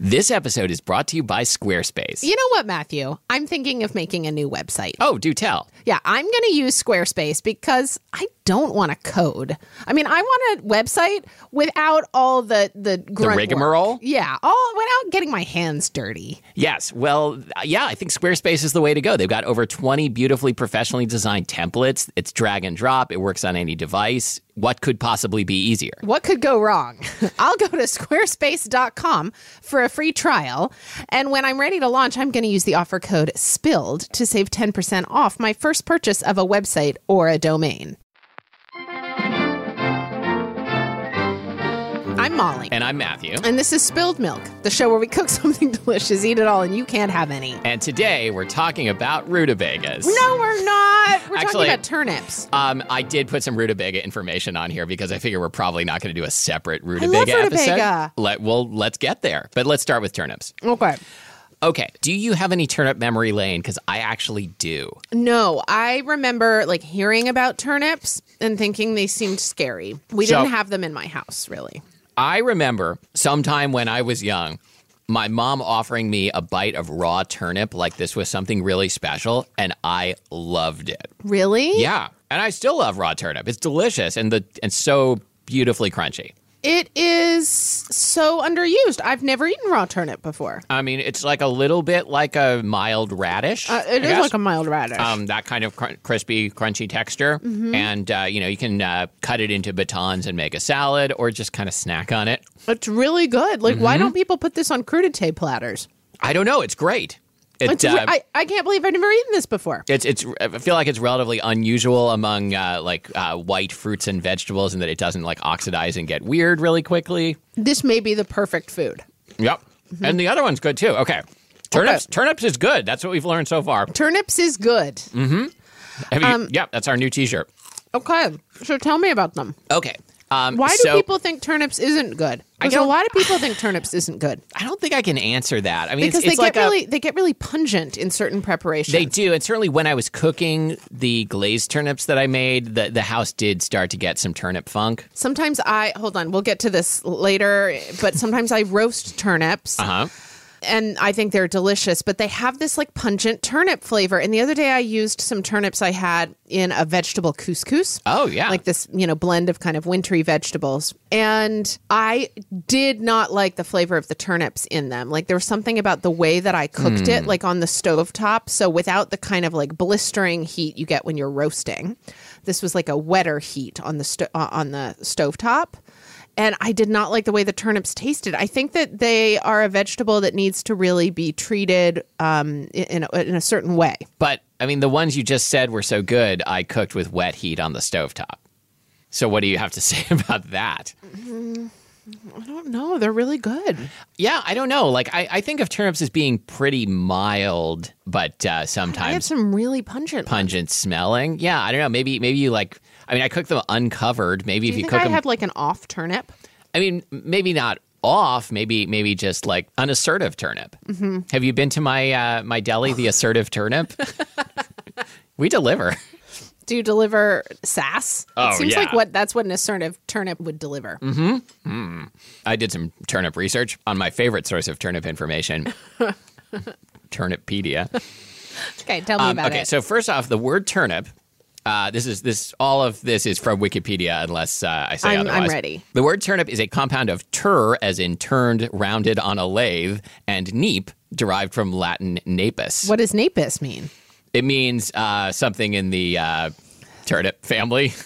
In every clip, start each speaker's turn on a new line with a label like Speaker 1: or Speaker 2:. Speaker 1: This episode is brought to you by Squarespace.
Speaker 2: You know what, Matthew? I'm thinking of making a new website.
Speaker 1: Oh, do tell.
Speaker 2: Yeah, I'm going to use Squarespace because I don't want to code. I mean, I want a website without all the the grunt work.
Speaker 1: rigmarole?
Speaker 2: Yeah, all without getting my hands dirty.
Speaker 1: Yes. Well, yeah, I think Squarespace is the way to go. They've got over 20 beautifully professionally designed templates. It's drag and drop, it works on any device. What could possibly be easier?
Speaker 2: What could go wrong? I'll go to squarespace.com for a free trial, and when I'm ready to launch, I'm going to use the offer code SPILLED to save 10% off my first purchase of a website or a domain. I'm Molly.
Speaker 1: And I'm Matthew.
Speaker 2: And this is Spilled Milk, the show where we cook something delicious, eat it all, and you can't have any.
Speaker 1: And today we're talking about rutabagas.
Speaker 2: No, we're not. We're
Speaker 1: Actually-
Speaker 2: talking about turnips.
Speaker 1: Um, I did put some rutabaga information on here because I figure we're probably not going to do a separate rutabaga,
Speaker 2: love
Speaker 1: episode.
Speaker 2: rutabaga.
Speaker 1: Let well, let's get there. But let's start with turnips.
Speaker 2: Okay.
Speaker 1: Okay, do you have any turnip memory lane? Because I actually do.
Speaker 2: No, I remember like hearing about turnips and thinking they seemed scary. We
Speaker 1: So-
Speaker 2: didn't have them in my house, really.
Speaker 1: I remember sometime when I was young, my mom offering me a bite of raw turnip like this was something really special, and I loved it.
Speaker 2: Really?
Speaker 1: Yeah, and I still love raw turnip. It's delicious and the and so beautifully crunchy.
Speaker 2: It is so underused. I've never eaten raw turnip before.
Speaker 1: I mean, it's like a little bit like a mild radish.
Speaker 2: Uh, it
Speaker 1: I
Speaker 2: is
Speaker 1: guess.
Speaker 2: like a mild radish.
Speaker 1: um, that kind of cr- crispy, crunchy texture.
Speaker 2: Mm-hmm.
Speaker 1: And, uh, you know, you can uh, cut it into batons and make a salad or just kind of snack on it.
Speaker 2: it's really good. Like,
Speaker 1: Mm-hmm.
Speaker 2: why don't people put this on crudité platters?
Speaker 1: I don't know. It's great. It, uh,
Speaker 2: It's, re- I, I can't believe I've never eaten this before.
Speaker 1: it's, it's, I feel like it's relatively unusual among uh, like uh, white fruits and vegetables and that it doesn't like oxidize and get weird really quickly.
Speaker 2: This may be the perfect food.
Speaker 1: Yep. And the other one's good too. Mm-hmm. Okay. Turnips, turnips is good. That's what we've learned so far.
Speaker 2: Turnips is good.
Speaker 1: Mm. Have you, yep, that's our new T-shirt.
Speaker 2: Okay. So tell me about them.
Speaker 1: Okay. Um,
Speaker 2: Why do
Speaker 1: so-
Speaker 2: people think turnips isn't good? Because a
Speaker 1: don't-
Speaker 2: lot of people think turnips isn't good
Speaker 1: I don't think I can answer that. I mean,
Speaker 2: because
Speaker 1: it's, it's
Speaker 2: they
Speaker 1: like
Speaker 2: get
Speaker 1: a-
Speaker 2: really they get really pungent in certain preparations.
Speaker 1: They do, and certainly when I was cooking the glazed turnips that I made, the the house did start to get some turnip funk.
Speaker 2: sometimes I hold on, we'll get to this later, but sometimes I roast turnips.
Speaker 1: Uh huh.
Speaker 2: and I think they're delicious, but they have this like pungent turnip flavor. And the other day I used some turnips I had in a vegetable couscous.
Speaker 1: Oh, yeah.
Speaker 2: Like this, you know, blend of kind of wintry vegetables. And I did not like the flavor of the turnips in them. Like there was something about the way that I cooked it, like on the stovetop. So without the kind of like blistering heat you get when you're roasting. This was like a wetter heat on the sto- uh, on the stovetop and I did not like the way the turnips tasted. I think that they are a vegetable that needs to really be treated um, in, a, in a certain way.
Speaker 1: But I mean, the ones you just said were so good. I cooked with wet heat on the stovetop. So what do you have to say about that?
Speaker 2: I don't know. Oh, They're really good.
Speaker 1: Yeah, I don't know. Like I, I think of turnips as being pretty mild, but uh,
Speaker 2: I have
Speaker 1: sometimes
Speaker 2: some really pungent. ones.
Speaker 1: pungent smelling. Yeah, I don't know. Maybe maybe you like. I mean, I cook them uncovered. Maybe if
Speaker 2: Do you
Speaker 1: you
Speaker 2: think
Speaker 1: cook
Speaker 2: I
Speaker 1: them
Speaker 2: had like an off turnip?
Speaker 1: I mean, maybe not off. Maybe maybe just like an assertive turnip.
Speaker 2: Mm-hmm.
Speaker 1: Have you been to my uh, my deli, the assertive turnip? we deliver.
Speaker 2: Do you deliver sass?
Speaker 1: Oh,
Speaker 2: it seems
Speaker 1: yeah. Mm-hmm.
Speaker 2: like what that's what an assertive turnip would deliver.
Speaker 1: I did some turnip research on my favorite source of turnip information, Turnippedia.
Speaker 2: Okay, tell me
Speaker 1: Um,
Speaker 2: about
Speaker 1: okay,
Speaker 2: it.
Speaker 1: so first off, the word turnip. Uh, this is this all of this is from Wikipedia, unless uh, I say
Speaker 2: I'm- I'm
Speaker 1: otherwise.
Speaker 2: ready.
Speaker 1: The word turnip is a compound of tur, as in turned, rounded on a lathe, and neep, derived from Latin napus.
Speaker 2: what does napis mean?
Speaker 1: It means uh, something in the uh, turnip family.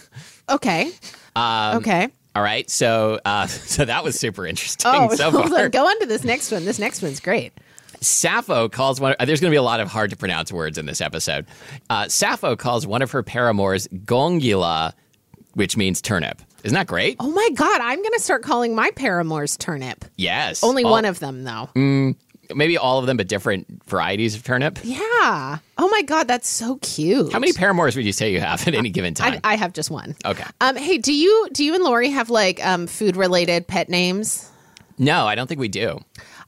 Speaker 2: Okay.
Speaker 1: Um,
Speaker 2: okay.
Speaker 1: All right, so uh, so that was super interesting
Speaker 2: Oh,
Speaker 1: so
Speaker 2: hold
Speaker 1: far.
Speaker 2: on. Go on to this next one. This next one's great.
Speaker 1: Sappho calls one. There's going to be a lot of hard to pronounce words in this episode. Uh, Sappho calls one of her paramours gongula, which means turnip. Isn't that great?
Speaker 2: Oh my God, I'm going to start calling my paramours turnip.
Speaker 1: Yes.
Speaker 2: Only
Speaker 1: All-
Speaker 2: one of them, though.
Speaker 1: mm. maybe all of them, but different varieties of turnip.
Speaker 2: Yeah. Oh my God, that's so cute.
Speaker 1: How many paramours would you say you have at any given
Speaker 2: I,
Speaker 1: time?
Speaker 2: I have just one.
Speaker 1: okay.
Speaker 2: Um, hey, do you do you and Lori have like um, food related pet names?
Speaker 1: No, I don't think we do.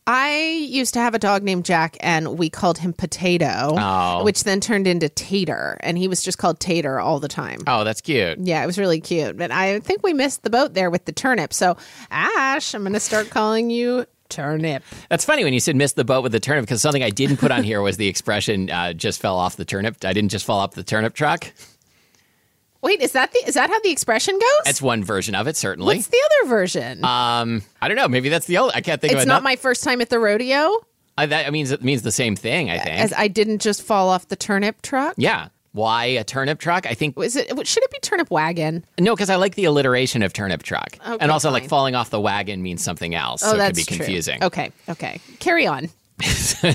Speaker 2: I used to have a dog named Jack, and we called him Potato,
Speaker 1: Oh.
Speaker 2: which then turned into Tater, and he was just called Tater all the time.
Speaker 1: Oh, that's cute.
Speaker 2: Yeah, it was really cute, but I think we missed the boat there with the turnip. So, Ash, I'm going to start calling you Turnip.
Speaker 1: That's funny when you said miss the boat with the turnip because something I didn't put on here was the expression uh, just fell off the turnip. I didn't just fall off the turnip truck.
Speaker 2: Wait, is that the is that how the expression goes?
Speaker 1: That's one version of it, certainly.
Speaker 2: What's the other version?
Speaker 1: Um, I don't know. Maybe that's the only. I can't think of
Speaker 2: it's not
Speaker 1: another.
Speaker 2: my first time at the rodeo,
Speaker 1: I, that means it means the same thing. I think.
Speaker 2: as I didn't just fall off the turnip truck.
Speaker 1: yeah. Why a turnip truck? I think
Speaker 2: Was it? Should it be turnip wagon?
Speaker 1: no, because I like the alliteration of turnip truck,
Speaker 2: Okay,
Speaker 1: and also like
Speaker 2: fine.
Speaker 1: falling off the wagon means something else,
Speaker 2: Oh,
Speaker 1: so it
Speaker 2: that's
Speaker 1: could be
Speaker 2: true.
Speaker 1: confusing.
Speaker 2: Okay, okay, carry on.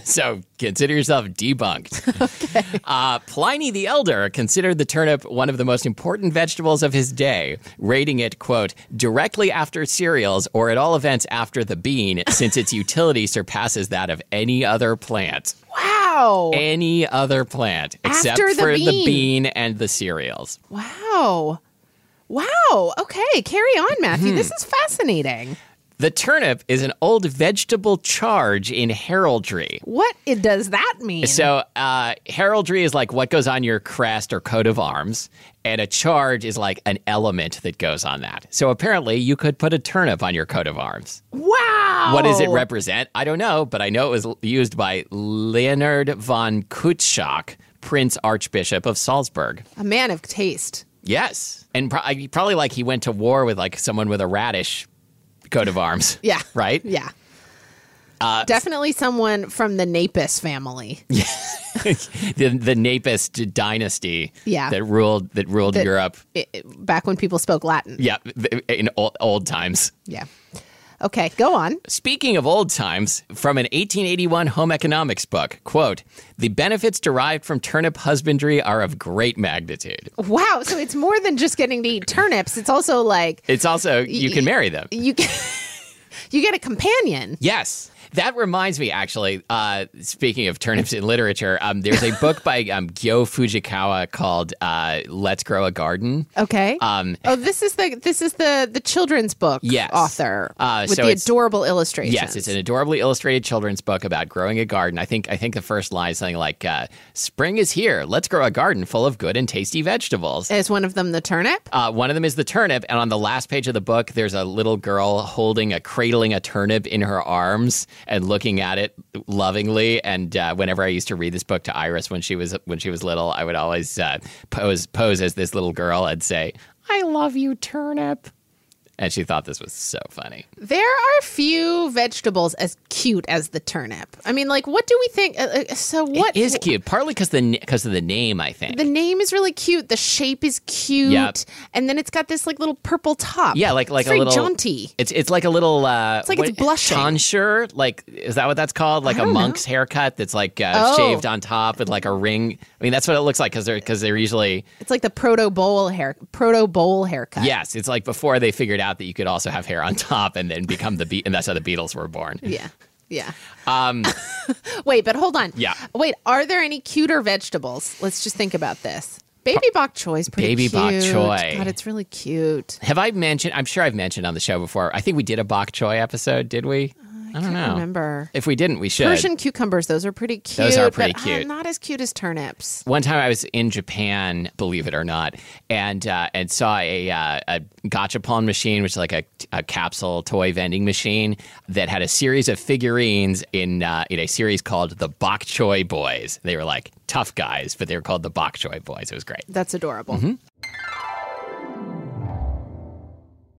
Speaker 1: so consider yourself debunked. uh, Pliny the Elder considered the turnip one of the most important vegetables of his day, rating it, quote, directly after cereals or at all events after the bean, since its utility surpasses that of any other plant.
Speaker 2: Wow,
Speaker 1: Any other plant except
Speaker 2: After the
Speaker 1: for the
Speaker 2: bean.
Speaker 1: bean and the cereals.
Speaker 2: wow, wow. Okay, carry on, Matthew.
Speaker 1: Hmm.
Speaker 2: This is fascinating.
Speaker 1: The turnip is an old vegetable charge in heraldry.
Speaker 2: What it does that mean?
Speaker 1: So uh, heraldry is like what goes on your crest or coat of arms, and a charge is like an element that goes on that. So apparently, you could put a turnip on your coat of arms.
Speaker 2: wow.
Speaker 1: What does it represent? I don't know, but I know it was l- used by Leonard von Kutschack, Prince Archbishop of Salzburg.
Speaker 2: A man of taste.
Speaker 1: Yes, and pro- I- probably like he went to war with like someone with a radish coat of arms.
Speaker 2: Yeah.
Speaker 1: right. Uh,
Speaker 2: Yeah. Definitely someone from the Napis family.
Speaker 1: The the Napist dynasty.
Speaker 2: Yeah.
Speaker 1: that ruled that ruled Europe.
Speaker 2: I- I- back when people spoke Latin.
Speaker 1: Yeah, th- in old, old times.
Speaker 2: Yeah. Okay, go on.
Speaker 1: Speaking of old times, from an 1881 home economics book, quote, "The benefits derived from turnip husbandry are of great magnitude."
Speaker 2: Wow. So it's more than just getting to eat turnips. It's also like
Speaker 1: It's also you can marry them.
Speaker 2: you get, you get a companion.
Speaker 1: Yes. That reminds me, actually. Uh, speaking of turnips in literature, um, there's a book by um, Gyo Fujikawa called uh, "Let's Grow a Garden."
Speaker 2: Okay.
Speaker 1: Um,
Speaker 2: oh, this is the this is the the children's book
Speaker 1: Yes.
Speaker 2: author
Speaker 1: Uh,
Speaker 2: with
Speaker 1: so
Speaker 2: the
Speaker 1: it's-
Speaker 2: adorable illustrations.
Speaker 1: Yes, it's an adorably illustrated children's book about growing a garden. I think I think the first line is something like, uh, "Spring is here. Let's grow a garden full of good and tasty vegetables."
Speaker 2: is one of them the turnip?
Speaker 1: Uh, one of them is the turnip, and on the last page of the book, there's a little girl holding a cradling a turnip in her arms and looking at it lovingly. And uh, whenever I used to read this book to Iris when she was when she was little, I would always uh, pose pose as this little girl and say, "I love you, turnip," and she thought this was so funny.
Speaker 2: There are few vegetables as cute as the turnip. I mean, like, what do we think? Uh, uh, so what
Speaker 1: It is cute, partly because the because of the name, I think.
Speaker 2: The name is really cute. The shape is cute,
Speaker 1: Yep.
Speaker 2: and then it's got this like little purple top.
Speaker 1: yeah, like like
Speaker 2: it's
Speaker 1: a
Speaker 2: very
Speaker 1: little
Speaker 2: jaunty.
Speaker 1: It's it's like a little. Uh, it's
Speaker 2: like it's blushing.
Speaker 1: Tonsure, like is that what that's called? Like a monk's haircut that's like uh,
Speaker 2: Oh.
Speaker 1: shaved on top with like a ring. I mean, that's what it looks like because they're because they're usually
Speaker 2: It's like the proto bowl hair, proto bowl haircut.
Speaker 1: yes. It's like before they figured out that you could also have hair on top and then become the beat, and that's how the Beatles were born.
Speaker 2: yeah, yeah. Um, wait, but hold on.
Speaker 1: Yeah.
Speaker 2: Wait, are there any cuter vegetables? Let's just think about this. Baby bok choy is pretty
Speaker 1: Baby
Speaker 2: cute.
Speaker 1: bok choy.
Speaker 2: God, it's really cute.
Speaker 1: Have I mentioned? I'm sure I've mentioned on the show before. I think we did a bok choy episode, did we?
Speaker 2: I,
Speaker 1: don't
Speaker 2: can't
Speaker 1: know.
Speaker 2: remember.
Speaker 1: If we didn't, we should.
Speaker 2: Persian cucumbers, those are pretty cute.
Speaker 1: Those are pretty
Speaker 2: but, uh,
Speaker 1: cute.
Speaker 2: not as cute as turnips.
Speaker 1: one time I was in Japan, believe it or not, and uh, and saw a uh, a gachapon machine, which is like a, a capsule toy vending machine that had a series of figurines in uh, in a series called the Bok Choy Boys. They were like tough guys, but they were called the Bok Choy Boys. It was great.
Speaker 2: That's adorable.
Speaker 1: Mm-hmm.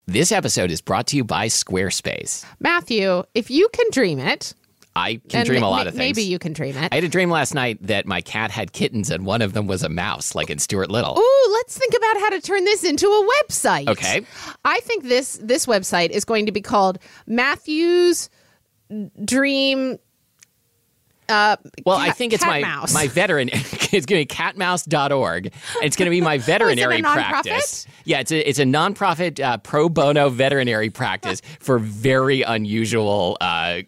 Speaker 1: This episode is brought to you by Squarespace.
Speaker 2: Matthew, if you can dream it,
Speaker 1: I can
Speaker 2: and
Speaker 1: dream a
Speaker 2: ma-
Speaker 1: lot
Speaker 2: ma-
Speaker 1: of things.
Speaker 2: Maybe you can dream it.
Speaker 1: I had a dream last night that my cat had kittens, and one of them was a mouse, like in Stuart Little.
Speaker 2: Ooh, let's think about how to turn this into a website.
Speaker 1: Okay.
Speaker 2: I think this this website is going to be called Matthew's Dream
Speaker 1: Well, I
Speaker 2: Cat-
Speaker 1: think it's
Speaker 2: cat
Speaker 1: my
Speaker 2: mouse.
Speaker 1: my veteran. It's going to be catmouse.org. And it's going to
Speaker 2: Oh,
Speaker 1: be my veterinary
Speaker 2: nonprofit?
Speaker 1: practice. Yeah, it's a it's a nonprofit uh, pro bono veterinary practice for very unusual, uh,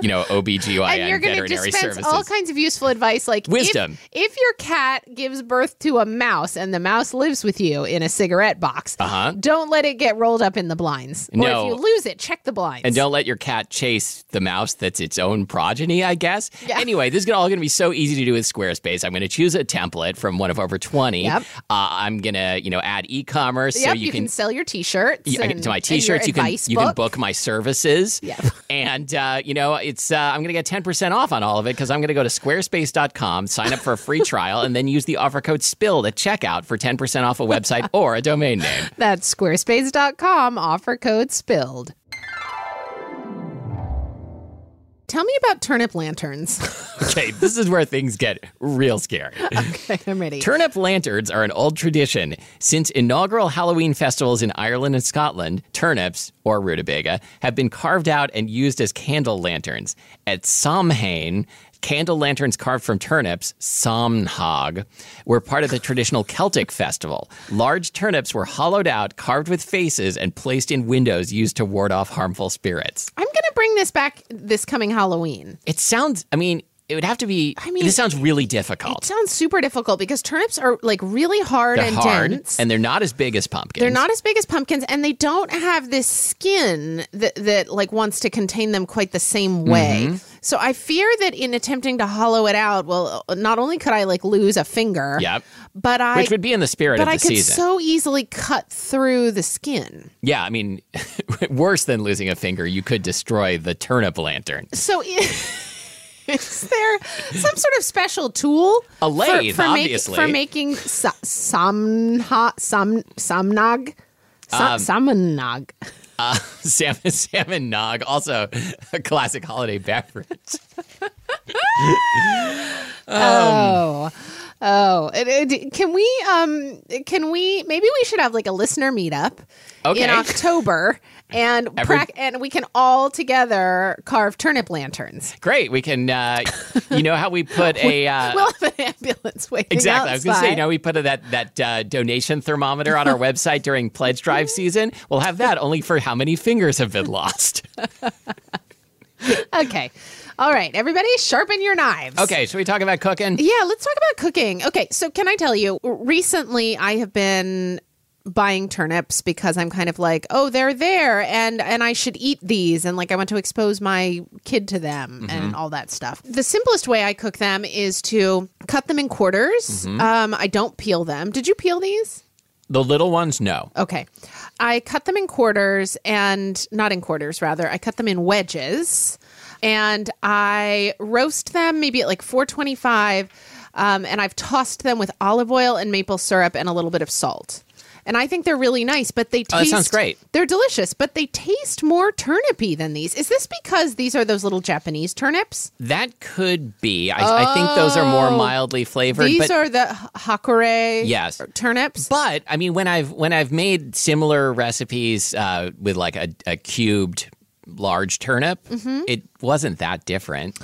Speaker 1: you know, OBGYN
Speaker 2: and you're going to
Speaker 1: veterinary
Speaker 2: dispense
Speaker 1: services.
Speaker 2: all kinds of useful advice like if-
Speaker 1: Wisdom.
Speaker 2: If, your cat gives birth to a mouse and the mouse lives with you in a cigarette box,
Speaker 1: Uh-huh.
Speaker 2: don't let it get rolled up in the blinds.
Speaker 1: No.
Speaker 2: Or if you lose it, check the blinds.
Speaker 1: and don't let your cat chase the mouse that's its own progeny, I guess. Anyway, this is gonna, all going to be so easy to do with Squarespace. I'm going to choose a template from one of over 20.
Speaker 2: Yep.
Speaker 1: Uh, I'm going to, you know, add e-commerce so
Speaker 2: yep,
Speaker 1: you,
Speaker 2: you, can, sell your T-shirts.
Speaker 1: Yeah, I
Speaker 2: and,
Speaker 1: get to my
Speaker 2: and your
Speaker 1: t-shirts you can
Speaker 2: advice
Speaker 1: you can
Speaker 2: book.
Speaker 1: book my services
Speaker 2: Yep.
Speaker 1: and uh, you know it's uh, i'm gonna get 10% off on all of it because i'm gonna go to squarespace.com sign up for a free trial and then use the offer code spill at checkout for 10% off a website or a domain name
Speaker 2: That's squarespace.com, offer code spilled. Tell me about turnip lanterns.
Speaker 1: okay this is where things get real scary
Speaker 2: okay, I'm ready.
Speaker 1: Turnip lanterns are an old tradition. Since inaugural Halloween festivals in Ireland and Scotland, turnips, or rutabaga, have been carved out and used as candle lanterns. At Samhain, candle lanterns carved from turnips, Samhag, were part of the traditional Celtic festival. Large turnips were hollowed out, carved with faces, and placed in windows used to ward off harmful spirits.
Speaker 2: I'm going to bring this back this coming Halloween.
Speaker 1: It sounds, I mean, it would have to be, I mean,
Speaker 2: mean,
Speaker 1: this sounds really
Speaker 2: It
Speaker 1: difficult.
Speaker 2: sounds super difficult because turnips are like really hard
Speaker 1: They're
Speaker 2: and
Speaker 1: hard,
Speaker 2: dense.
Speaker 1: and they're not as big as pumpkins.
Speaker 2: they're not as big as pumpkins and they don't have this skin that, that like wants to contain them quite the same way.
Speaker 1: Mm-hmm.
Speaker 2: So I fear that in attempting to hollow it out, well, not only could I like lose a finger,
Speaker 1: Yep.
Speaker 2: but I
Speaker 1: which would be in the spirit
Speaker 2: but
Speaker 1: of the
Speaker 2: I could
Speaker 1: season.
Speaker 2: so easily cut through the skin.
Speaker 1: yeah, I mean, worse than losing a finger, you could destroy the turnip lantern.
Speaker 2: So i- is there some sort of special tool?
Speaker 1: A lathe,
Speaker 2: for, for
Speaker 1: obviously.
Speaker 2: Make, for making sa- samha, sam, samnog?
Speaker 1: Um,
Speaker 2: Sa- samanog.
Speaker 1: hmm. Salmon, salmon nog, also a classic holiday beverage.
Speaker 2: Oh. Oh, It- it- can we um can we maybe we should have like a listener meetup
Speaker 1: Okay.
Speaker 2: in October and
Speaker 1: Every-
Speaker 2: prac- and we can all together carve turnip lanterns.
Speaker 1: Great, we can. Uh, you know how we put a. Uh,
Speaker 2: We'll have an ambulance waiting
Speaker 1: Exactly. I was going to say, you
Speaker 2: outside.
Speaker 1: know, we put that that uh, donation thermometer on our website during pledge drive season. We'll have that only for how many fingers have been lost.
Speaker 2: Okay. All right, everybody, sharpen your knives.
Speaker 1: Okay, should we talk about cooking?
Speaker 2: Yeah, let's talk about cooking. Okay, so can I tell you, recently I have been buying turnips because I'm kind of like, oh, they're there and and I should eat these and like I want to expose my kid to them and all that stuff. The simplest way I cook them is to cut them in quarters. Um I don't peel them. Did you peel these?
Speaker 1: The little ones, no.
Speaker 2: Okay. I cut them in quarters and not in quarters, rather. I cut them in wedges and I roast them maybe at like 425. Um, and I've tossed them with olive oil and maple syrup and a little bit of salt. And I think they're really nice, but they taste.
Speaker 1: Oh, that sounds great.
Speaker 2: They're delicious, but they taste more turnipy than these. Is this because these are those little Japanese turnips?
Speaker 1: That could be. I, I think those are more mildly flavored.
Speaker 2: Oh, These
Speaker 1: but
Speaker 2: are the h- hakore
Speaker 1: Yes.
Speaker 2: turnips.
Speaker 1: But I mean, when I've when I've made similar recipes uh, with like a, a cubed large turnip,
Speaker 2: Mm-hmm.
Speaker 1: it wasn't that different.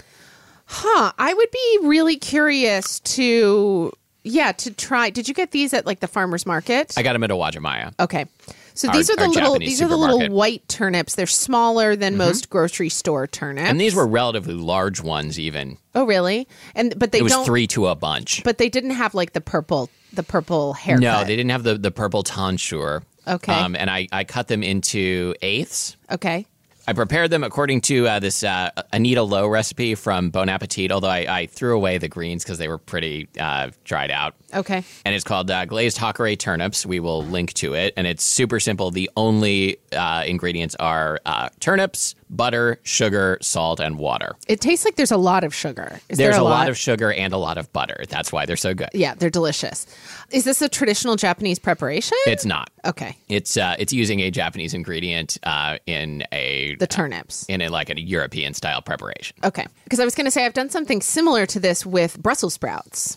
Speaker 2: Huh. I would be really curious to, yeah, to try. Did you get these at like the farmer's market?
Speaker 1: I got them at a Wajimaya.
Speaker 2: okay. So
Speaker 1: Our-
Speaker 2: these are the
Speaker 1: our
Speaker 2: little
Speaker 1: Japanese
Speaker 2: these are the little
Speaker 1: supermarket. Mm-hmm.
Speaker 2: white turnips. They're smaller than most grocery store turnips.
Speaker 1: and these were relatively large ones. Even
Speaker 2: Oh, really? And but they
Speaker 1: it was
Speaker 2: don't
Speaker 1: three to a bunch.
Speaker 2: but they didn't have like the purple the purple haircut.
Speaker 1: No, they didn't have the the purple tonsure. Um,
Speaker 2: Okay.
Speaker 1: and I I cut them into eighths.
Speaker 2: Okay.
Speaker 1: I I prepared them according to uh, this uh, Anita Lowe recipe from Bon Appetit, although I, I threw away the greens because they were pretty uh, dried out.
Speaker 2: Okay.
Speaker 1: And it's called uh, glazed Hockeray turnips. We will link to it. And it's super simple. The only uh, ingredients are uh, turnips, butter, sugar, salt, and water.
Speaker 2: It tastes like there's a lot of sugar. Is
Speaker 1: There's
Speaker 2: there
Speaker 1: a lot? of sugar and a lot of butter. That's why they're so good.
Speaker 2: yeah, they're delicious. Is this a traditional Japanese preparation?
Speaker 1: It's not.
Speaker 2: okay.
Speaker 1: It's uh, it's using a Japanese ingredient uh, in a
Speaker 2: The turnips.
Speaker 1: in a like a European style preparation.
Speaker 2: Okay. Because I was going to say I've done something similar to this with Brussels sprouts.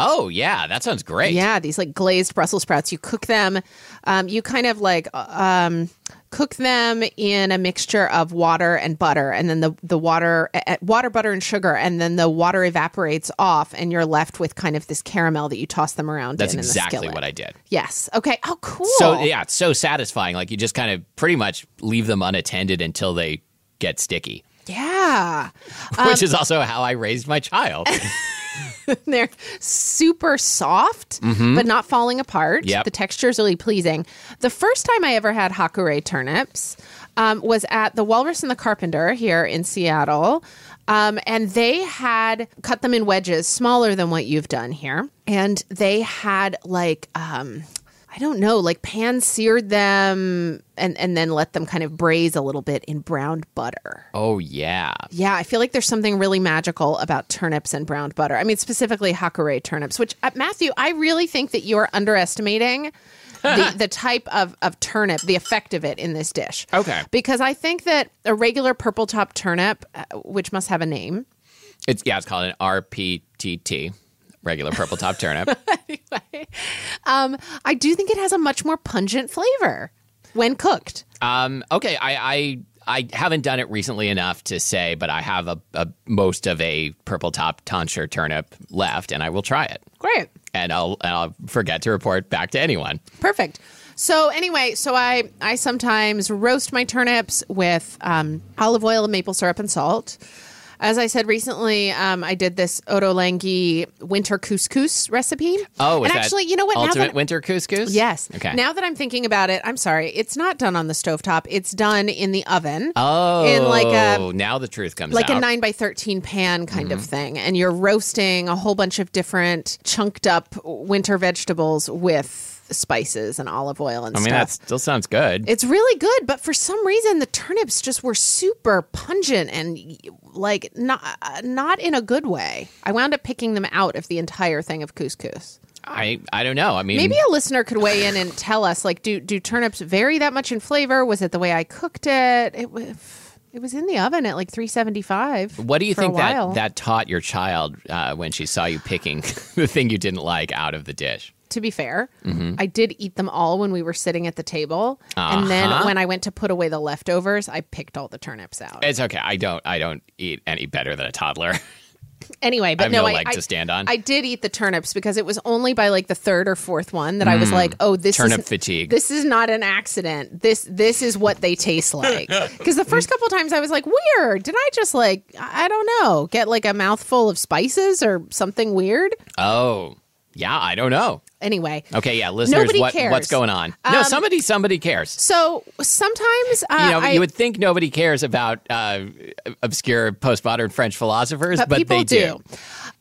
Speaker 1: Oh yeah, that sounds great.
Speaker 2: Yeah, these like glazed Brussels sprouts. You cook them. Um, you kind of like uh, um, cook them in a mixture of water and butter, and then the the water uh, uh, water, butter, and sugar, and then the water evaporates off, and you're left with kind of this caramel that you toss them around.
Speaker 1: That's
Speaker 2: in in the
Speaker 1: exactly
Speaker 2: skillet.
Speaker 1: what I did.
Speaker 2: Yes. Okay. Oh, cool.
Speaker 1: So yeah, it's so satisfying. Like you just kind of pretty much leave them unattended until they get sticky,
Speaker 2: yeah.
Speaker 1: which is also how I raised my child.
Speaker 2: They're super soft, but not falling apart.
Speaker 1: Yep.
Speaker 2: The texture is really pleasing. The first time I ever had Hakure turnips um, was at the Walrus and the Carpenter here in Seattle. Um, and they had cut them in wedges, smaller than what you've done here. And they had like, um, I don't know, like pan seared them and, and then let them kind of braise a little bit in browned butter.
Speaker 1: oh yeah.
Speaker 2: Yeah, I feel like there's something really magical about turnips and brown butter. I mean, specifically Hakare turnips, which, uh, Matthew, I really think that you are underestimating the, the type of, of turnip, the effect of it in this dish.
Speaker 1: Okay.
Speaker 2: Because I think that a regular purple top turnip, uh, which must have a name,
Speaker 1: It's yeah, it's called an RPTT, regular purple top turnip.
Speaker 2: um, I do think it has a much more pungent flavor when cooked.
Speaker 1: Um, okay, I, I I haven't done it recently enough to say, but I have a, a most of a purple top tonsure turnip left, and I will try it,
Speaker 2: Great.
Speaker 1: and I'll and I'll forget to report back to anyone.
Speaker 2: Perfect. So anyway, so I I sometimes roast my turnips with um, olive oil, maple syrup, and salt. As I said recently, um, I did this otolangi winter couscous recipe.
Speaker 1: Oh, is
Speaker 2: and
Speaker 1: that
Speaker 2: actually, you know what?
Speaker 1: Ultimate
Speaker 2: now that,
Speaker 1: winter couscous.
Speaker 2: yes.
Speaker 1: Okay.
Speaker 2: Now that I'm thinking about it, I'm sorry. It's not done on the stovetop. It's done in the oven.
Speaker 1: oh,
Speaker 2: in like a-
Speaker 1: now the truth comes
Speaker 2: like
Speaker 1: out.
Speaker 2: a 9 by 13 pan kind
Speaker 1: Mm-hmm.
Speaker 2: of thing and you're roasting a whole bunch of different chunked up winter vegetables with spices and olive oil and
Speaker 1: I mean,
Speaker 2: stuff.
Speaker 1: that still sounds good.
Speaker 2: It's really good, but for some reason the turnips just were super pungent and like not uh, not in a good way. I wound up picking them out of the entire thing of couscous.
Speaker 1: I I don't know. I mean,
Speaker 2: Maybe a listener could weigh in and tell us like do do turnips vary that much in flavor? Was it the way I cooked it? It was it was in the oven at like 375.
Speaker 1: what do you
Speaker 2: for a
Speaker 1: think
Speaker 2: while.
Speaker 1: that that taught your child uh, when she saw you picking the thing you didn't like out of the dish?
Speaker 2: to be fair,
Speaker 1: Mm-hmm.
Speaker 2: I did eat them all when we were sitting at the table. And then
Speaker 1: Uh-huh.
Speaker 2: when I went to put away the leftovers, I picked all the turnips out.
Speaker 1: It's okay. I don't I don't eat any better than a toddler.
Speaker 2: Anyway, but
Speaker 1: I have
Speaker 2: no,
Speaker 1: no
Speaker 2: I,
Speaker 1: leg
Speaker 2: I-
Speaker 1: to stand on.
Speaker 2: I did eat the turnips because it was only by like the third or fourth one that I was like, "Oh, this
Speaker 1: Mm. Turnip
Speaker 2: is
Speaker 1: fatigue.
Speaker 2: This is not an accident. This this is what they taste like." Because the first couple times I was like, "Weird. Did I just like I I don't know get like a mouthful of spices or something weird?"
Speaker 1: Oh, yeah, I don't know.
Speaker 2: Anyway,
Speaker 1: Okay, yeah, listeners,
Speaker 2: Nobody
Speaker 1: what,
Speaker 2: cares.
Speaker 1: what's going on? no, somebody, somebody cares.
Speaker 2: so sometimes uh,
Speaker 1: You know,
Speaker 2: I,
Speaker 1: you would think nobody cares about uh, obscure postmodern French philosophers, but,
Speaker 2: people
Speaker 1: they do.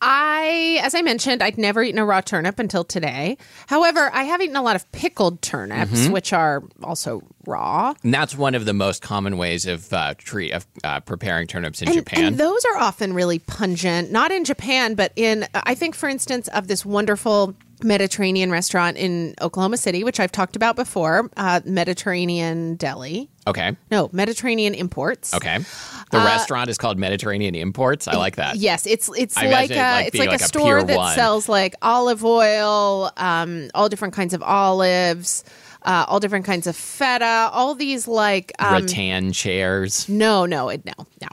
Speaker 2: I, as I mentioned, I'd never eaten a raw turnip until today. However, I have eaten a lot of pickled turnips,
Speaker 1: Mm-hmm.
Speaker 2: which are also raw.
Speaker 1: And that's one of the most common ways of uh, treat of uh, preparing turnips in Japan.
Speaker 2: And those are often really pungent, not in Japan, but in, I think, for instance, of this wonderful Mediterranean restaurant in Oklahoma City, which I've talked about before, uh, Mediterranean Deli.
Speaker 1: okay,
Speaker 2: No, Mediterranean Imports.
Speaker 1: okay.
Speaker 2: Uh,
Speaker 1: The restaurant is called Mediterranean Imports. I like that.
Speaker 2: Yes, it's it's
Speaker 1: I
Speaker 2: like
Speaker 1: imagine it,
Speaker 2: a
Speaker 1: like,
Speaker 2: it's
Speaker 1: being
Speaker 2: like,
Speaker 1: like
Speaker 2: a
Speaker 1: a
Speaker 2: store
Speaker 1: Pier
Speaker 2: that
Speaker 1: One.
Speaker 2: sells like olive oil, um, all different kinds of olives, uh, all different kinds of feta, all these like um,
Speaker 1: Rattan chairs.
Speaker 2: no, no, it, no, no.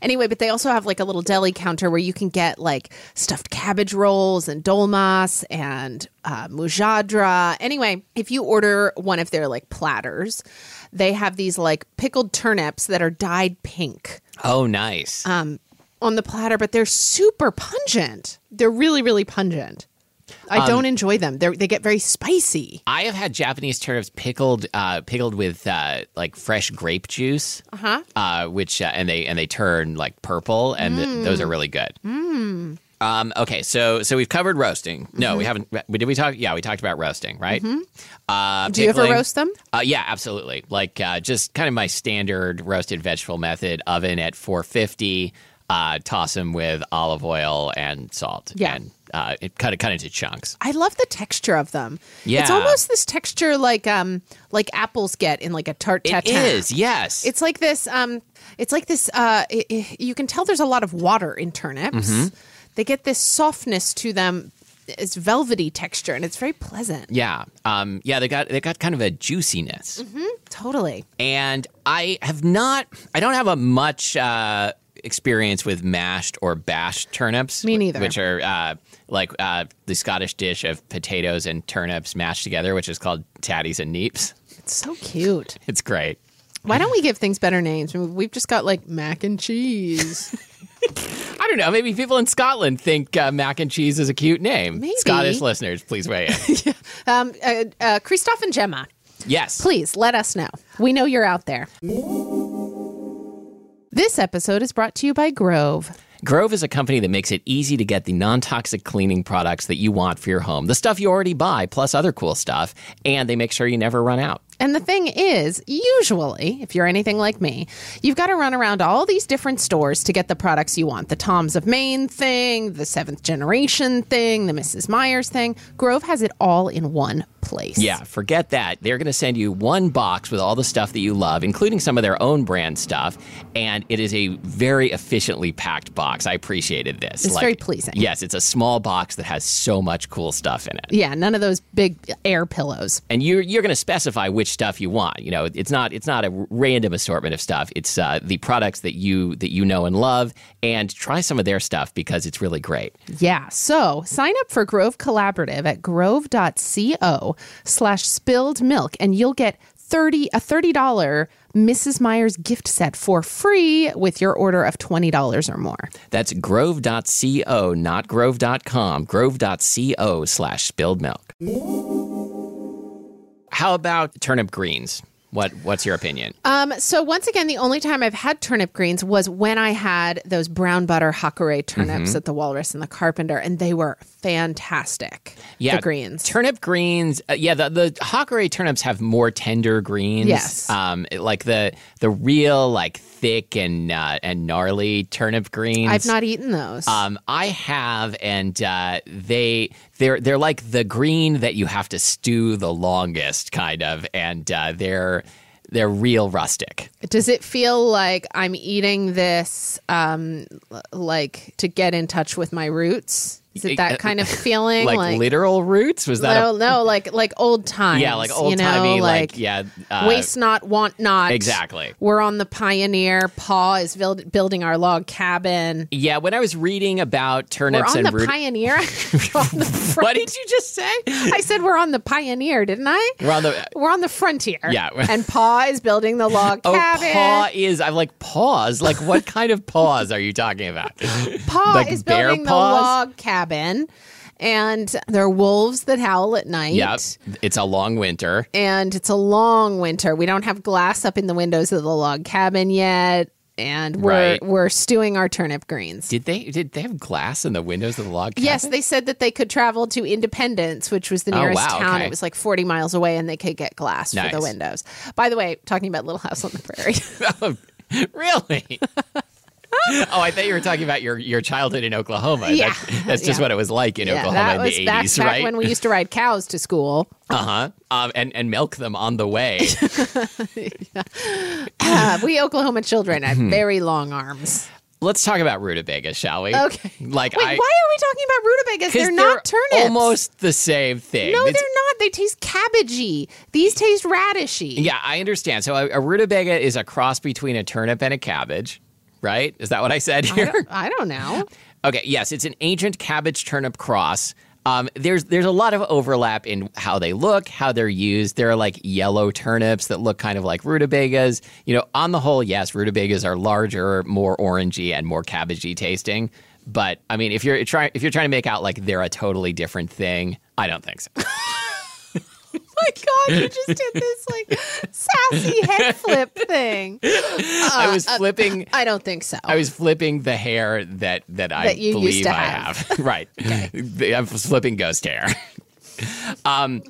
Speaker 2: Anyway, but they also have like a little deli counter where you can get like stuffed cabbage rolls and dolmas and uh, mujadra. Anyway, if you order one of their like platters, they have these like pickled turnips that are dyed pink
Speaker 1: Oh, nice.
Speaker 2: Um, on the platter, but they're super pungent. They're really, really pungent.
Speaker 1: Um,
Speaker 2: I don't enjoy them. They they get very spicy.
Speaker 1: I have had Japanese turnips pickled, uh, pickled with uh, like fresh grape juice, uh-huh. which uh, and they and they turn like purple, and th-
Speaker 2: Mm.
Speaker 1: those are really good. Um, okay, so so we've covered roasting. No,
Speaker 2: Mm-hmm.
Speaker 1: we haven't. Did we talk? Yeah, we talked about roasting, right? Uh,
Speaker 2: Do you ever
Speaker 1: pickling.
Speaker 2: roast them?
Speaker 1: Uh, yeah, absolutely. Like uh, just kind of my standard roasted vegetable method, oven at 450. Uh, toss them with olive oil and salt.
Speaker 2: Yeah.
Speaker 1: and uh, it cut it cut into chunks.
Speaker 2: I love the texture of them. it's
Speaker 1: Yeah.
Speaker 2: almost this texture like um like apples get in like a tart
Speaker 1: It is
Speaker 2: tatin.
Speaker 1: yes.
Speaker 2: It's like this um it's like this uh i i you can tell there's a lot of water in turnips.
Speaker 1: Mm-hmm.
Speaker 2: They get this softness to them. It's velvety texture and it's very pleasant.
Speaker 1: yeah, um, yeah. They got they got kind of a juiciness.
Speaker 2: Mm-hmm. Totally.
Speaker 1: and I have not. I don't have a much uh, experience with mashed or bashed turnips.
Speaker 2: Me neither.
Speaker 1: Which are uh, like uh, the Scottish dish of potatoes and turnips mashed together, which is called tatties and neeps.
Speaker 2: It's so cute.
Speaker 1: It's great.
Speaker 2: Why don't we give things better names? I mean, We've just got like mac and cheese.
Speaker 1: I don't know. Maybe people in Scotland think uh, mac and cheese is a cute name.
Speaker 2: Maybe.
Speaker 1: Scottish listeners, please weigh in.
Speaker 2: um uh, uh Christoph and Gemma,
Speaker 1: yes.
Speaker 2: please let us know. We know you're out there. This episode is brought to you by Grove.
Speaker 1: Grove is a company that makes it easy to get the non toxic cleaning products that you want for your home, the stuff you already buy, plus other cool stuff, and they make sure you never run out.
Speaker 2: And the thing is, usually, if you're anything like me, you've got to run around all these different stores to get the products you want the Toms of Maine thing, the seventh generation thing, the Mrs. Myers thing. Grove has it all in one place.
Speaker 1: Yeah, forget that. They're going to send you one box with all the stuff that you love, including some of their own brand stuff, and it is a very efficiently packed box. I appreciated this.
Speaker 2: It's very pleasing.
Speaker 1: Yes, it's a small box that has so much cool stuff in it.
Speaker 2: Yeah, none of those big air pillows.
Speaker 1: And you're you're going to specify which stuff you want. You know, it's not it's not a random assortment of stuff. It's uh, the products that you that you know and love, and try some of their stuff because it's really great.
Speaker 2: Yeah. So sign up for Grove Collaborative at grove.co slash spilled milk and you'll get 30 a $30 Mrs. Myers gift set for free with your order of $20 or more.
Speaker 1: That's grove.co, not grove.com, grove.co slash spilled milk. How about turnip greens? What What's your opinion?
Speaker 2: Um, so once again, the only time I've had turnip greens was when I had those brown butter Hakare turnips at the Walrus and the Carpenter, and they were fantastic. the greens.
Speaker 1: Turnip greens. Uh, yeah, the, the Hockeray turnips have more tender greens.
Speaker 2: Yes.
Speaker 1: Um, it- like the the real, like thick and uh, and gnarly turnip greens.
Speaker 2: I've not eaten those.
Speaker 1: Um, I have, and uh, they they're they're like the green that you have to stew the longest, kind of, and uh, they're they're real rustic.
Speaker 2: Does it feel like I'm eating this, um, l- like to get in touch with my roots? Is it that kind of feeling?
Speaker 1: Like, literal roots was that?
Speaker 2: no, no, like like old
Speaker 1: a,
Speaker 2: times.
Speaker 1: yeah, like
Speaker 2: you
Speaker 1: old timey,
Speaker 2: know,
Speaker 1: like, yeah, uh,
Speaker 2: waste not, want not.
Speaker 1: exactly.
Speaker 2: We're on the pioneer. Paw is build, building our log cabin.
Speaker 1: Yeah, when I was reading about
Speaker 2: We're
Speaker 1: turnips
Speaker 2: on
Speaker 1: and
Speaker 2: the
Speaker 1: root-
Speaker 2: pioneer. We're on the fr-
Speaker 1: what did you just say?
Speaker 2: I said we're on the pioneer, didn't I?
Speaker 1: We're on the
Speaker 2: We're on the frontier.
Speaker 1: Yeah.
Speaker 2: and Paw is building the log
Speaker 1: oh,
Speaker 2: cabin.
Speaker 1: paw is. I'm like pause. Like what kind of pause are you talking about?
Speaker 2: paw
Speaker 1: Like
Speaker 2: is
Speaker 1: bear
Speaker 2: building the
Speaker 1: paws?
Speaker 2: log cabin and there are wolves that howl at night
Speaker 1: yep, it's a long winter.
Speaker 2: and it's a long winter we don't have glass up in the windows of the log cabin yet and we're
Speaker 1: Right.
Speaker 2: we're stewing our turnip greens
Speaker 1: Did they did they have glass in the windows of the log cabin?
Speaker 2: Yes, they said that they could travel to Independence, which was the
Speaker 1: Oh,
Speaker 2: nearest
Speaker 1: wow,
Speaker 2: town.
Speaker 1: okay.
Speaker 2: It was like 40 miles away, and they could get glass for the
Speaker 1: Nice.
Speaker 2: windows. By the way, talking about Little House on the Prairie.
Speaker 1: really? oh, I thought you were talking about your, your childhood in Oklahoma.
Speaker 2: Yeah.
Speaker 1: That's, that's just
Speaker 2: Yeah.
Speaker 1: what it was like in
Speaker 2: yeah,
Speaker 1: Oklahoma
Speaker 2: that
Speaker 1: in
Speaker 2: was
Speaker 1: the
Speaker 2: back,
Speaker 1: 80s,
Speaker 2: back
Speaker 1: right?
Speaker 2: when we used to ride cows to school.
Speaker 1: uh-huh. Um, and, and milk them on the way.
Speaker 2: Ah, we Oklahoma children have
Speaker 1: Hmm.
Speaker 2: very long arms.
Speaker 1: Let's talk about rutabaga, shall we?
Speaker 2: Okay.
Speaker 1: Like
Speaker 2: Wait, why
Speaker 1: I,
Speaker 2: are we talking about rutabagas?
Speaker 1: 'cause
Speaker 2: They're not turnips.
Speaker 1: Almost the same thing.
Speaker 2: No,
Speaker 1: It's-
Speaker 2: they're not. They taste cabbagey. These taste radishy.
Speaker 1: yeah, I understand. So a, a rutabaga is a cross between a turnip and a cabbage, right? Is that what I said
Speaker 2: I
Speaker 1: here?
Speaker 2: don't, I don't know.
Speaker 1: Okay, yes, it's an ancient cabbage turnip cross. Um, there's there's a lot of overlap in how they look, how they're used. There are like yellow turnips that look kind of like rutabagas. You know, on the whole, yes, rutabagas are larger, more orangey, and more cabbagey tasting. But I mean, if you're trying if you're trying to make out like they're a totally different thing, I don't think so.
Speaker 2: my god, you just did this like sassy head flip thing.
Speaker 1: I was flipping.
Speaker 2: I don't think so.
Speaker 1: I was flipping the hair that that I
Speaker 2: That you used
Speaker 1: believe
Speaker 2: to
Speaker 1: I
Speaker 2: have.
Speaker 1: have. right. The- I'm flipping ghost hair. um,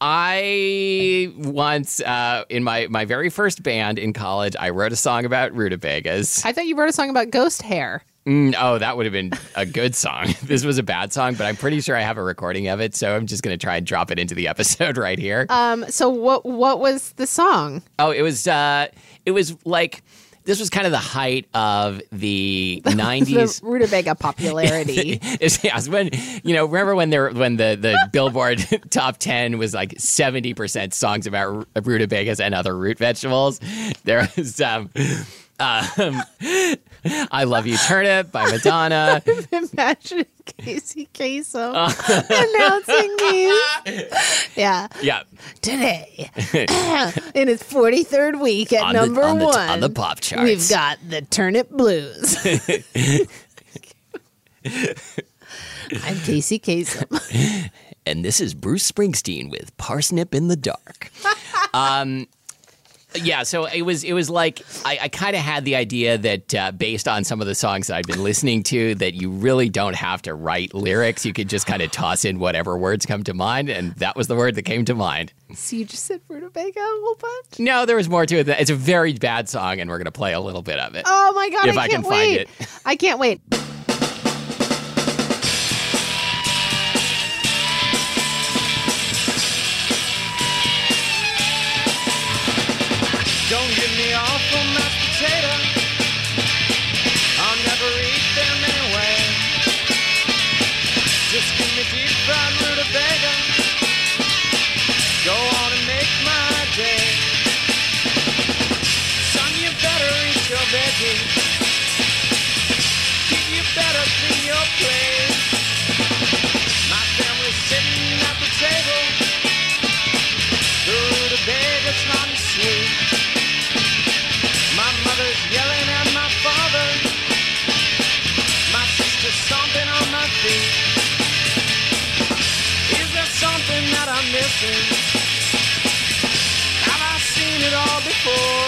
Speaker 1: I once uh, in my my very first band in college, I wrote a song about rutabagas.
Speaker 2: I thought you wrote a song about ghost hair.
Speaker 1: Mm, oh, that would have been a good song. this was a bad song, but I'm pretty sure I have a recording of it, so I'm just going to try and drop it into the episode right here.
Speaker 2: Um, so what what was the song?
Speaker 1: Oh, it was uh it was like this was kind of the height of the 90s.
Speaker 2: The rutabaga popularity.
Speaker 1: It's- yeah, it's when you know, remember when there when the the Billboard top ten was like seventy percent songs about ru- rutabagas and other root vegetables. There was um, um, I love you turnip by Madonna.
Speaker 2: Imagine Casey Kasem announcing these. Yeah.
Speaker 1: Yeah,
Speaker 2: Today, in its 43rd week at
Speaker 1: on
Speaker 2: number
Speaker 1: the, on the,
Speaker 2: one,
Speaker 1: on the pop charts.
Speaker 2: we've got the Turnip Blues. I'm Casey Kasem.
Speaker 1: and this is Bruce Springsteen with Parsnip in the Dark. um, yeah, so it was it was like I, I kind of had the idea that uh, based on some of the songs that I've been listening to, that you really don't have to write lyrics. You could just kind of toss in whatever words come to mind, and that was the word that came to mind.
Speaker 2: So you just said rutabaga a whole bunch.
Speaker 1: No, there was more to it. It's a very bad song, and we're gonna play a little bit of it.
Speaker 2: Oh my god!
Speaker 1: If
Speaker 2: I
Speaker 1: I
Speaker 2: can't
Speaker 1: can find
Speaker 2: wait.
Speaker 1: it.
Speaker 2: I can't wait.
Speaker 3: Don't give me awful mashed potato. I'll never eat them anyway. Just give me deep fried rutabaga. Go on and make my day. Son, you better eat your veggies. Kid, you better clean your plate. My family's sitting at the table. The rutabagas not sweet. My mother's yelling at my father. My sister's stomping on my feet. Is there something that I'm missing? Have I seen it all before?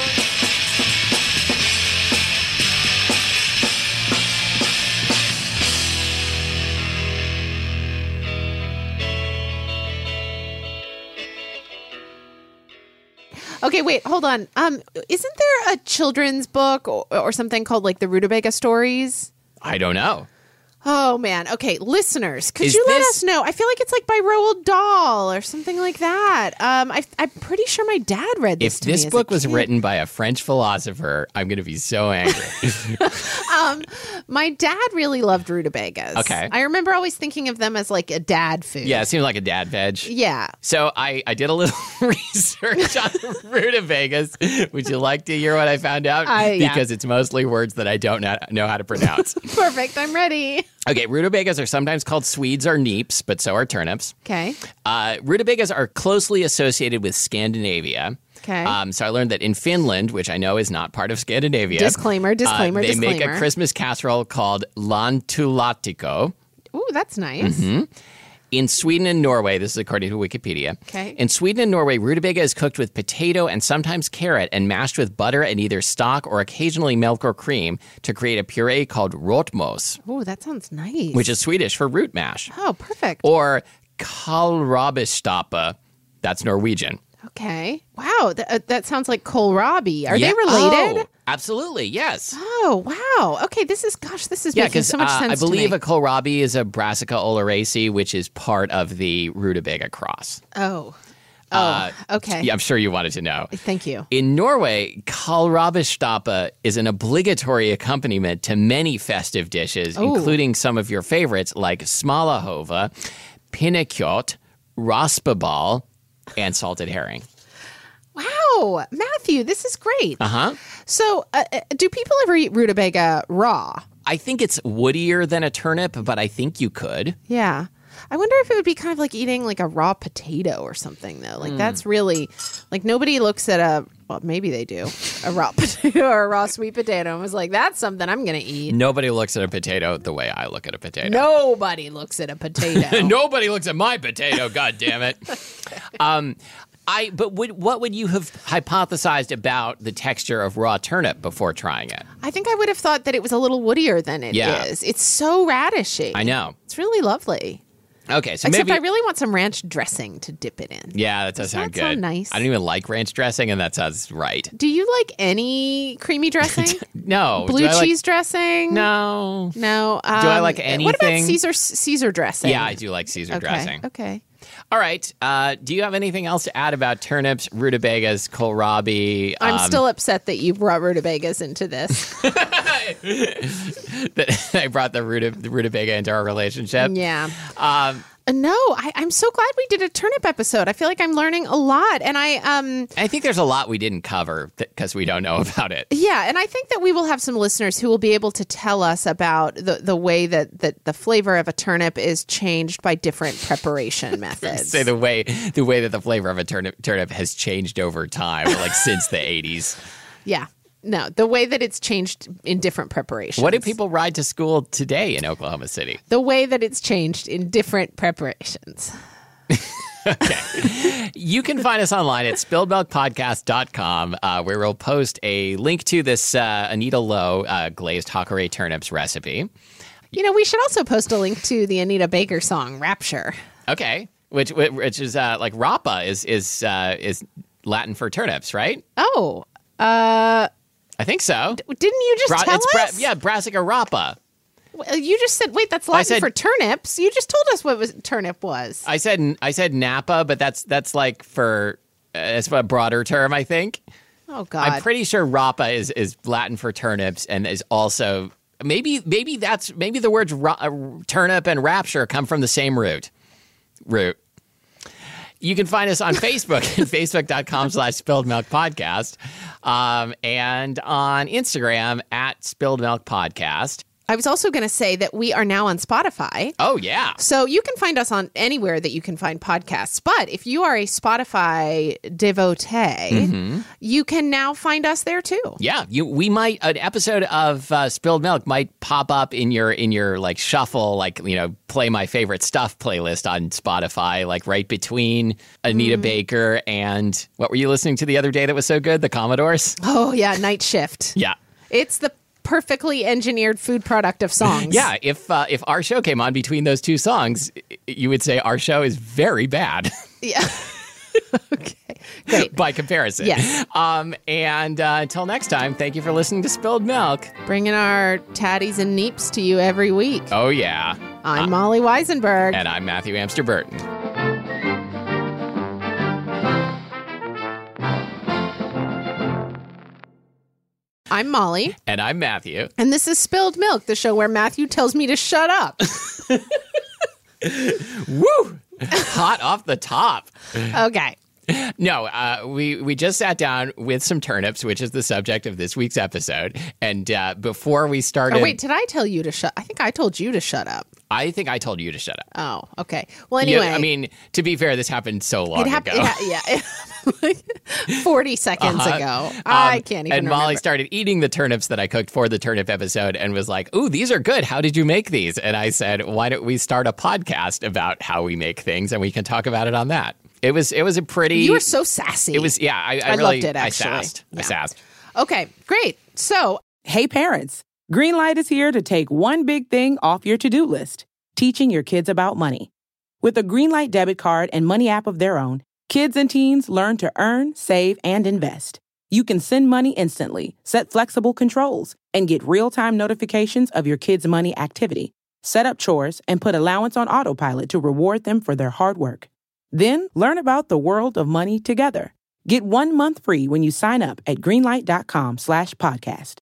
Speaker 2: Okay, wait, hold on. Um, isn't there a children's book or, or something called like the Rutabaga Stories?
Speaker 1: I don't know.
Speaker 2: Oh man. Okay, listeners, could
Speaker 1: Is
Speaker 2: you let
Speaker 1: this-
Speaker 2: us know? I feel like it's like by Roald Dahl or something like that. Um, I, I'm pretty sure my dad read this.
Speaker 1: If
Speaker 2: to
Speaker 1: this
Speaker 2: me as a
Speaker 1: book was
Speaker 2: kid.
Speaker 1: written by a French philosopher, I'm gonna be so angry.
Speaker 2: my dad really loved rutabagas.
Speaker 1: Okay.
Speaker 2: I remember always thinking of them as like a dad food.
Speaker 1: yeah, it seemed like a dad veg.
Speaker 2: Yeah.
Speaker 1: So I, I did a little research on rutabagas. Would you like to hear what I found out?
Speaker 2: I- yeah.
Speaker 1: Because it's mostly words that I don't know- know how to pronounce.
Speaker 2: Perfect. I'm ready.
Speaker 1: okay, rutabagas are sometimes called Swedes or neeps, but so are turnips.
Speaker 2: Okay.
Speaker 1: Uh, rutabagas are closely associated with Scandinavia.
Speaker 2: Okay.
Speaker 1: Um, so I learned that in Finland, which I know is not part of Scandinavia, uh,
Speaker 2: Disclaimer, disclaimer,
Speaker 1: they make
Speaker 2: disclaimer.
Speaker 1: a Christmas casserole called lantulatikko.
Speaker 2: Ooh, that's nice.
Speaker 1: Mm-hmm. In Sweden and Norway, this is according to Wikipedia.
Speaker 2: Okay.
Speaker 1: In Sweden and Norway, rutabaga is cooked with potato and sometimes carrot and mashed with butter and either stock or occasionally milk or cream to create a puree called rotmos,
Speaker 2: Ooh, that sounds nice.
Speaker 1: which is Swedish for root mash,
Speaker 2: oh, perfect.
Speaker 1: or kalrabistapa. That's Norwegian.
Speaker 2: Okay. Wow. Th- uh, that sounds like kohlrabi. Are
Speaker 1: Yeah-
Speaker 2: they related?
Speaker 1: Oh, absolutely, yes.
Speaker 2: Oh. wow. Okay. This is, gosh, this is
Speaker 1: Yeah,
Speaker 2: making
Speaker 1: because
Speaker 2: so much sense.
Speaker 1: I
Speaker 2: to
Speaker 1: believe
Speaker 2: me.
Speaker 1: a kohlrabi is a Brassica oleracea, which is part of the rutabaga cross.
Speaker 2: oh. Oh.
Speaker 1: Uh,
Speaker 2: okay.
Speaker 1: Yeah, I'm sure you wanted to know.
Speaker 2: Thank you.
Speaker 1: In Norway, kålrabistappe is an obligatory accompaniment to many festive dishes, including some of your favorites like smalahova, pinnekjøtt, raspeball, and salted herring.
Speaker 2: Wow, Matthew, this is great.
Speaker 1: Uh huh.
Speaker 2: So, uh, uh, do people ever eat rutabaga raw?
Speaker 1: I think it's woodier than a turnip, but I think you could.
Speaker 2: Yeah. I wonder if it would be kind of like eating like a raw
Speaker 1: Hmm.
Speaker 2: potato or something though. Like that's really like nobody looks at a well maybe they do a raw potato or a raw sweet potato and was like, that's something I'm going to eat.
Speaker 1: Nobody looks at a potato the way I look at a potato.
Speaker 2: Nobody looks at a potato.
Speaker 1: Nobody looks at my potato. God damn it. Um, I but would, what would you have hypothesized about the texture of raw turnip before trying it?
Speaker 2: I think I would have thought that it was a little woodier than it is.
Speaker 1: Yeah.
Speaker 2: It's so radishy.
Speaker 1: I know.
Speaker 2: It's really lovely.
Speaker 1: Okay, so
Speaker 2: Except
Speaker 1: maybe
Speaker 2: I really want some ranch dressing to dip it in.
Speaker 1: yeah, that does sound
Speaker 2: that
Speaker 1: good.
Speaker 2: sound nice?
Speaker 1: I don't even like ranch dressing, and that sounds right.
Speaker 2: Do you like any creamy dressing?
Speaker 1: No, do
Speaker 2: Blue
Speaker 1: I like-
Speaker 2: cheese dressing?
Speaker 1: no,
Speaker 2: No. Um,
Speaker 1: I like
Speaker 2: What about
Speaker 1: anything?
Speaker 2: Caesar Caesar dressing?
Speaker 1: yeah, I do like Caesar
Speaker 2: Okay.
Speaker 1: dressing.
Speaker 2: Okay.
Speaker 1: All right. Uh, do you have anything else to add about turnips, rutabagas, kohlrabi?
Speaker 2: I'm
Speaker 1: um,
Speaker 2: still upset that you brought rutabagas into this.
Speaker 1: that I brought the, rutab- the rutabaga into our relationship.
Speaker 2: yeah.
Speaker 1: Um,
Speaker 2: Uh, No, I, I'm so glad we did a turnip episode. I feel like I'm learning a lot, and I um
Speaker 1: I think there's a lot we didn't cover because we don't know about it.
Speaker 2: yeah, and I think that we will have some listeners who will be able to tell us about the the way that that the flavor of a turnip is changed by different preparation methods.
Speaker 1: Say the way the way that the flavor of a turnip turnip has changed over time, like since the 80s.
Speaker 2: yeah, no, the way that it's changed in different preparations.
Speaker 1: What do people ride to school today in Oklahoma City?
Speaker 2: The way that it's changed in different preparations.
Speaker 1: You can find us online at spilledmilkpodcast.com, uh, where we'll post a link to this uh, Anita Lowe uh, glazed Hockeray turnips recipe.
Speaker 2: You know, we should also post a link to the Anita Baker song "Rapture."
Speaker 1: Okay, which which- which is uh, like rapa is is uh, is Latin for turnips, right?
Speaker 2: Oh,
Speaker 1: I think so.
Speaker 2: didn't you just
Speaker 1: Bra-
Speaker 2: tell
Speaker 1: it's
Speaker 2: us?
Speaker 1: bra- yeah, brassica rapa.
Speaker 2: Well, You just said, wait, that's Latin
Speaker 1: said-
Speaker 2: for turnips. You just told us what was turnip was.
Speaker 1: I said I said Napa, but that's that's like for uh, it's a broader term, I think.
Speaker 2: Oh
Speaker 1: I'm
Speaker 2: God,
Speaker 1: pretty sure rapa is is Latin for turnips and is also maybe maybe that's maybe the words ra- uh, turnip and rapture come from the same root. Root. You can find us on Facebook at facebook.com slash spilled milk podcast um, and on Instagram at spilled milk podcast.
Speaker 2: I was also going to say that we are now on Spotify.
Speaker 1: Oh, yeah.
Speaker 2: So you can find us on anywhere that you can find podcasts. But if you are a Spotify devotee,
Speaker 1: Mm-hmm.
Speaker 2: you can now find us there too.
Speaker 1: Yeah, you, we might an episode of uh, Spilled Milk might pop up in your in your like shuffle, like you know, play my favorite stuff playlist on Spotify, like right between Anita Baker and what were you listening to the other day that was so good, the Commodores.
Speaker 2: Oh yeah, Night Shift.
Speaker 1: Yeah,
Speaker 2: It's the perfectly engineered food product of songs.
Speaker 1: yeah. If uh, if our show came on between those two songs, i- you would say our show is very bad.
Speaker 2: Yeah. okay. Great.
Speaker 1: By comparison.
Speaker 2: Yes.
Speaker 1: Um, and uh, until next time, thank you for listening to Spilled Milk.
Speaker 2: Bringing our tatties and neeps to you every week.
Speaker 1: Oh, yeah.
Speaker 2: I'm Molly Weisenberg.
Speaker 1: And I'm Matthew Amster Burton.
Speaker 2: I'm Molly.
Speaker 1: And I'm Matthew.
Speaker 2: And this is Spilled Milk, the show where Matthew tells me to shut up.
Speaker 1: Woo! Hot off the top.
Speaker 2: Okay. Oh,
Speaker 1: No, uh, we we just sat down with some turnips, which is the subject of this week's episode. And uh, before we started,
Speaker 2: Or Oh, wait, did I tell you to shut? I think I told you to shut up.
Speaker 1: I think I told you to shut up.
Speaker 2: Oh, okay. Well,
Speaker 1: You-
Speaker 2: anyway,
Speaker 1: I mean, to be fair, this happened so long
Speaker 2: it happened.
Speaker 1: ago.
Speaker 2: yeah, it happened like forty seconds ago. I
Speaker 1: Um,
Speaker 2: can't even.
Speaker 1: And Molly
Speaker 2: remember.
Speaker 1: started eating the turnips that I cooked for the turnip episode, and was like, "Ooh, these are good. How did you make these?" And I said, "Why don't we start a podcast about how we make things, and we can talk about it on that." It was it was a pretty.
Speaker 2: you were so sassy.
Speaker 1: it was yeah. I, I,
Speaker 2: I
Speaker 1: really
Speaker 2: loved it, actually.
Speaker 1: I sassed. I
Speaker 2: Yeah.
Speaker 1: sassed.
Speaker 2: okay. Great. So
Speaker 4: Hey parents, Greenlight is here to take one big thing off your to-do list, teaching your kids about money. With a Greenlight debit card and money app of their own, kids and teens learn to earn, save, and invest. You can send money instantly, set flexible controls, and get real-time notifications of your kids' money activity. Set up chores and put allowance on autopilot to reward them for their hard work. Then learn about the world of money together. Get one month free when you sign up at greenlight.com slash podcast.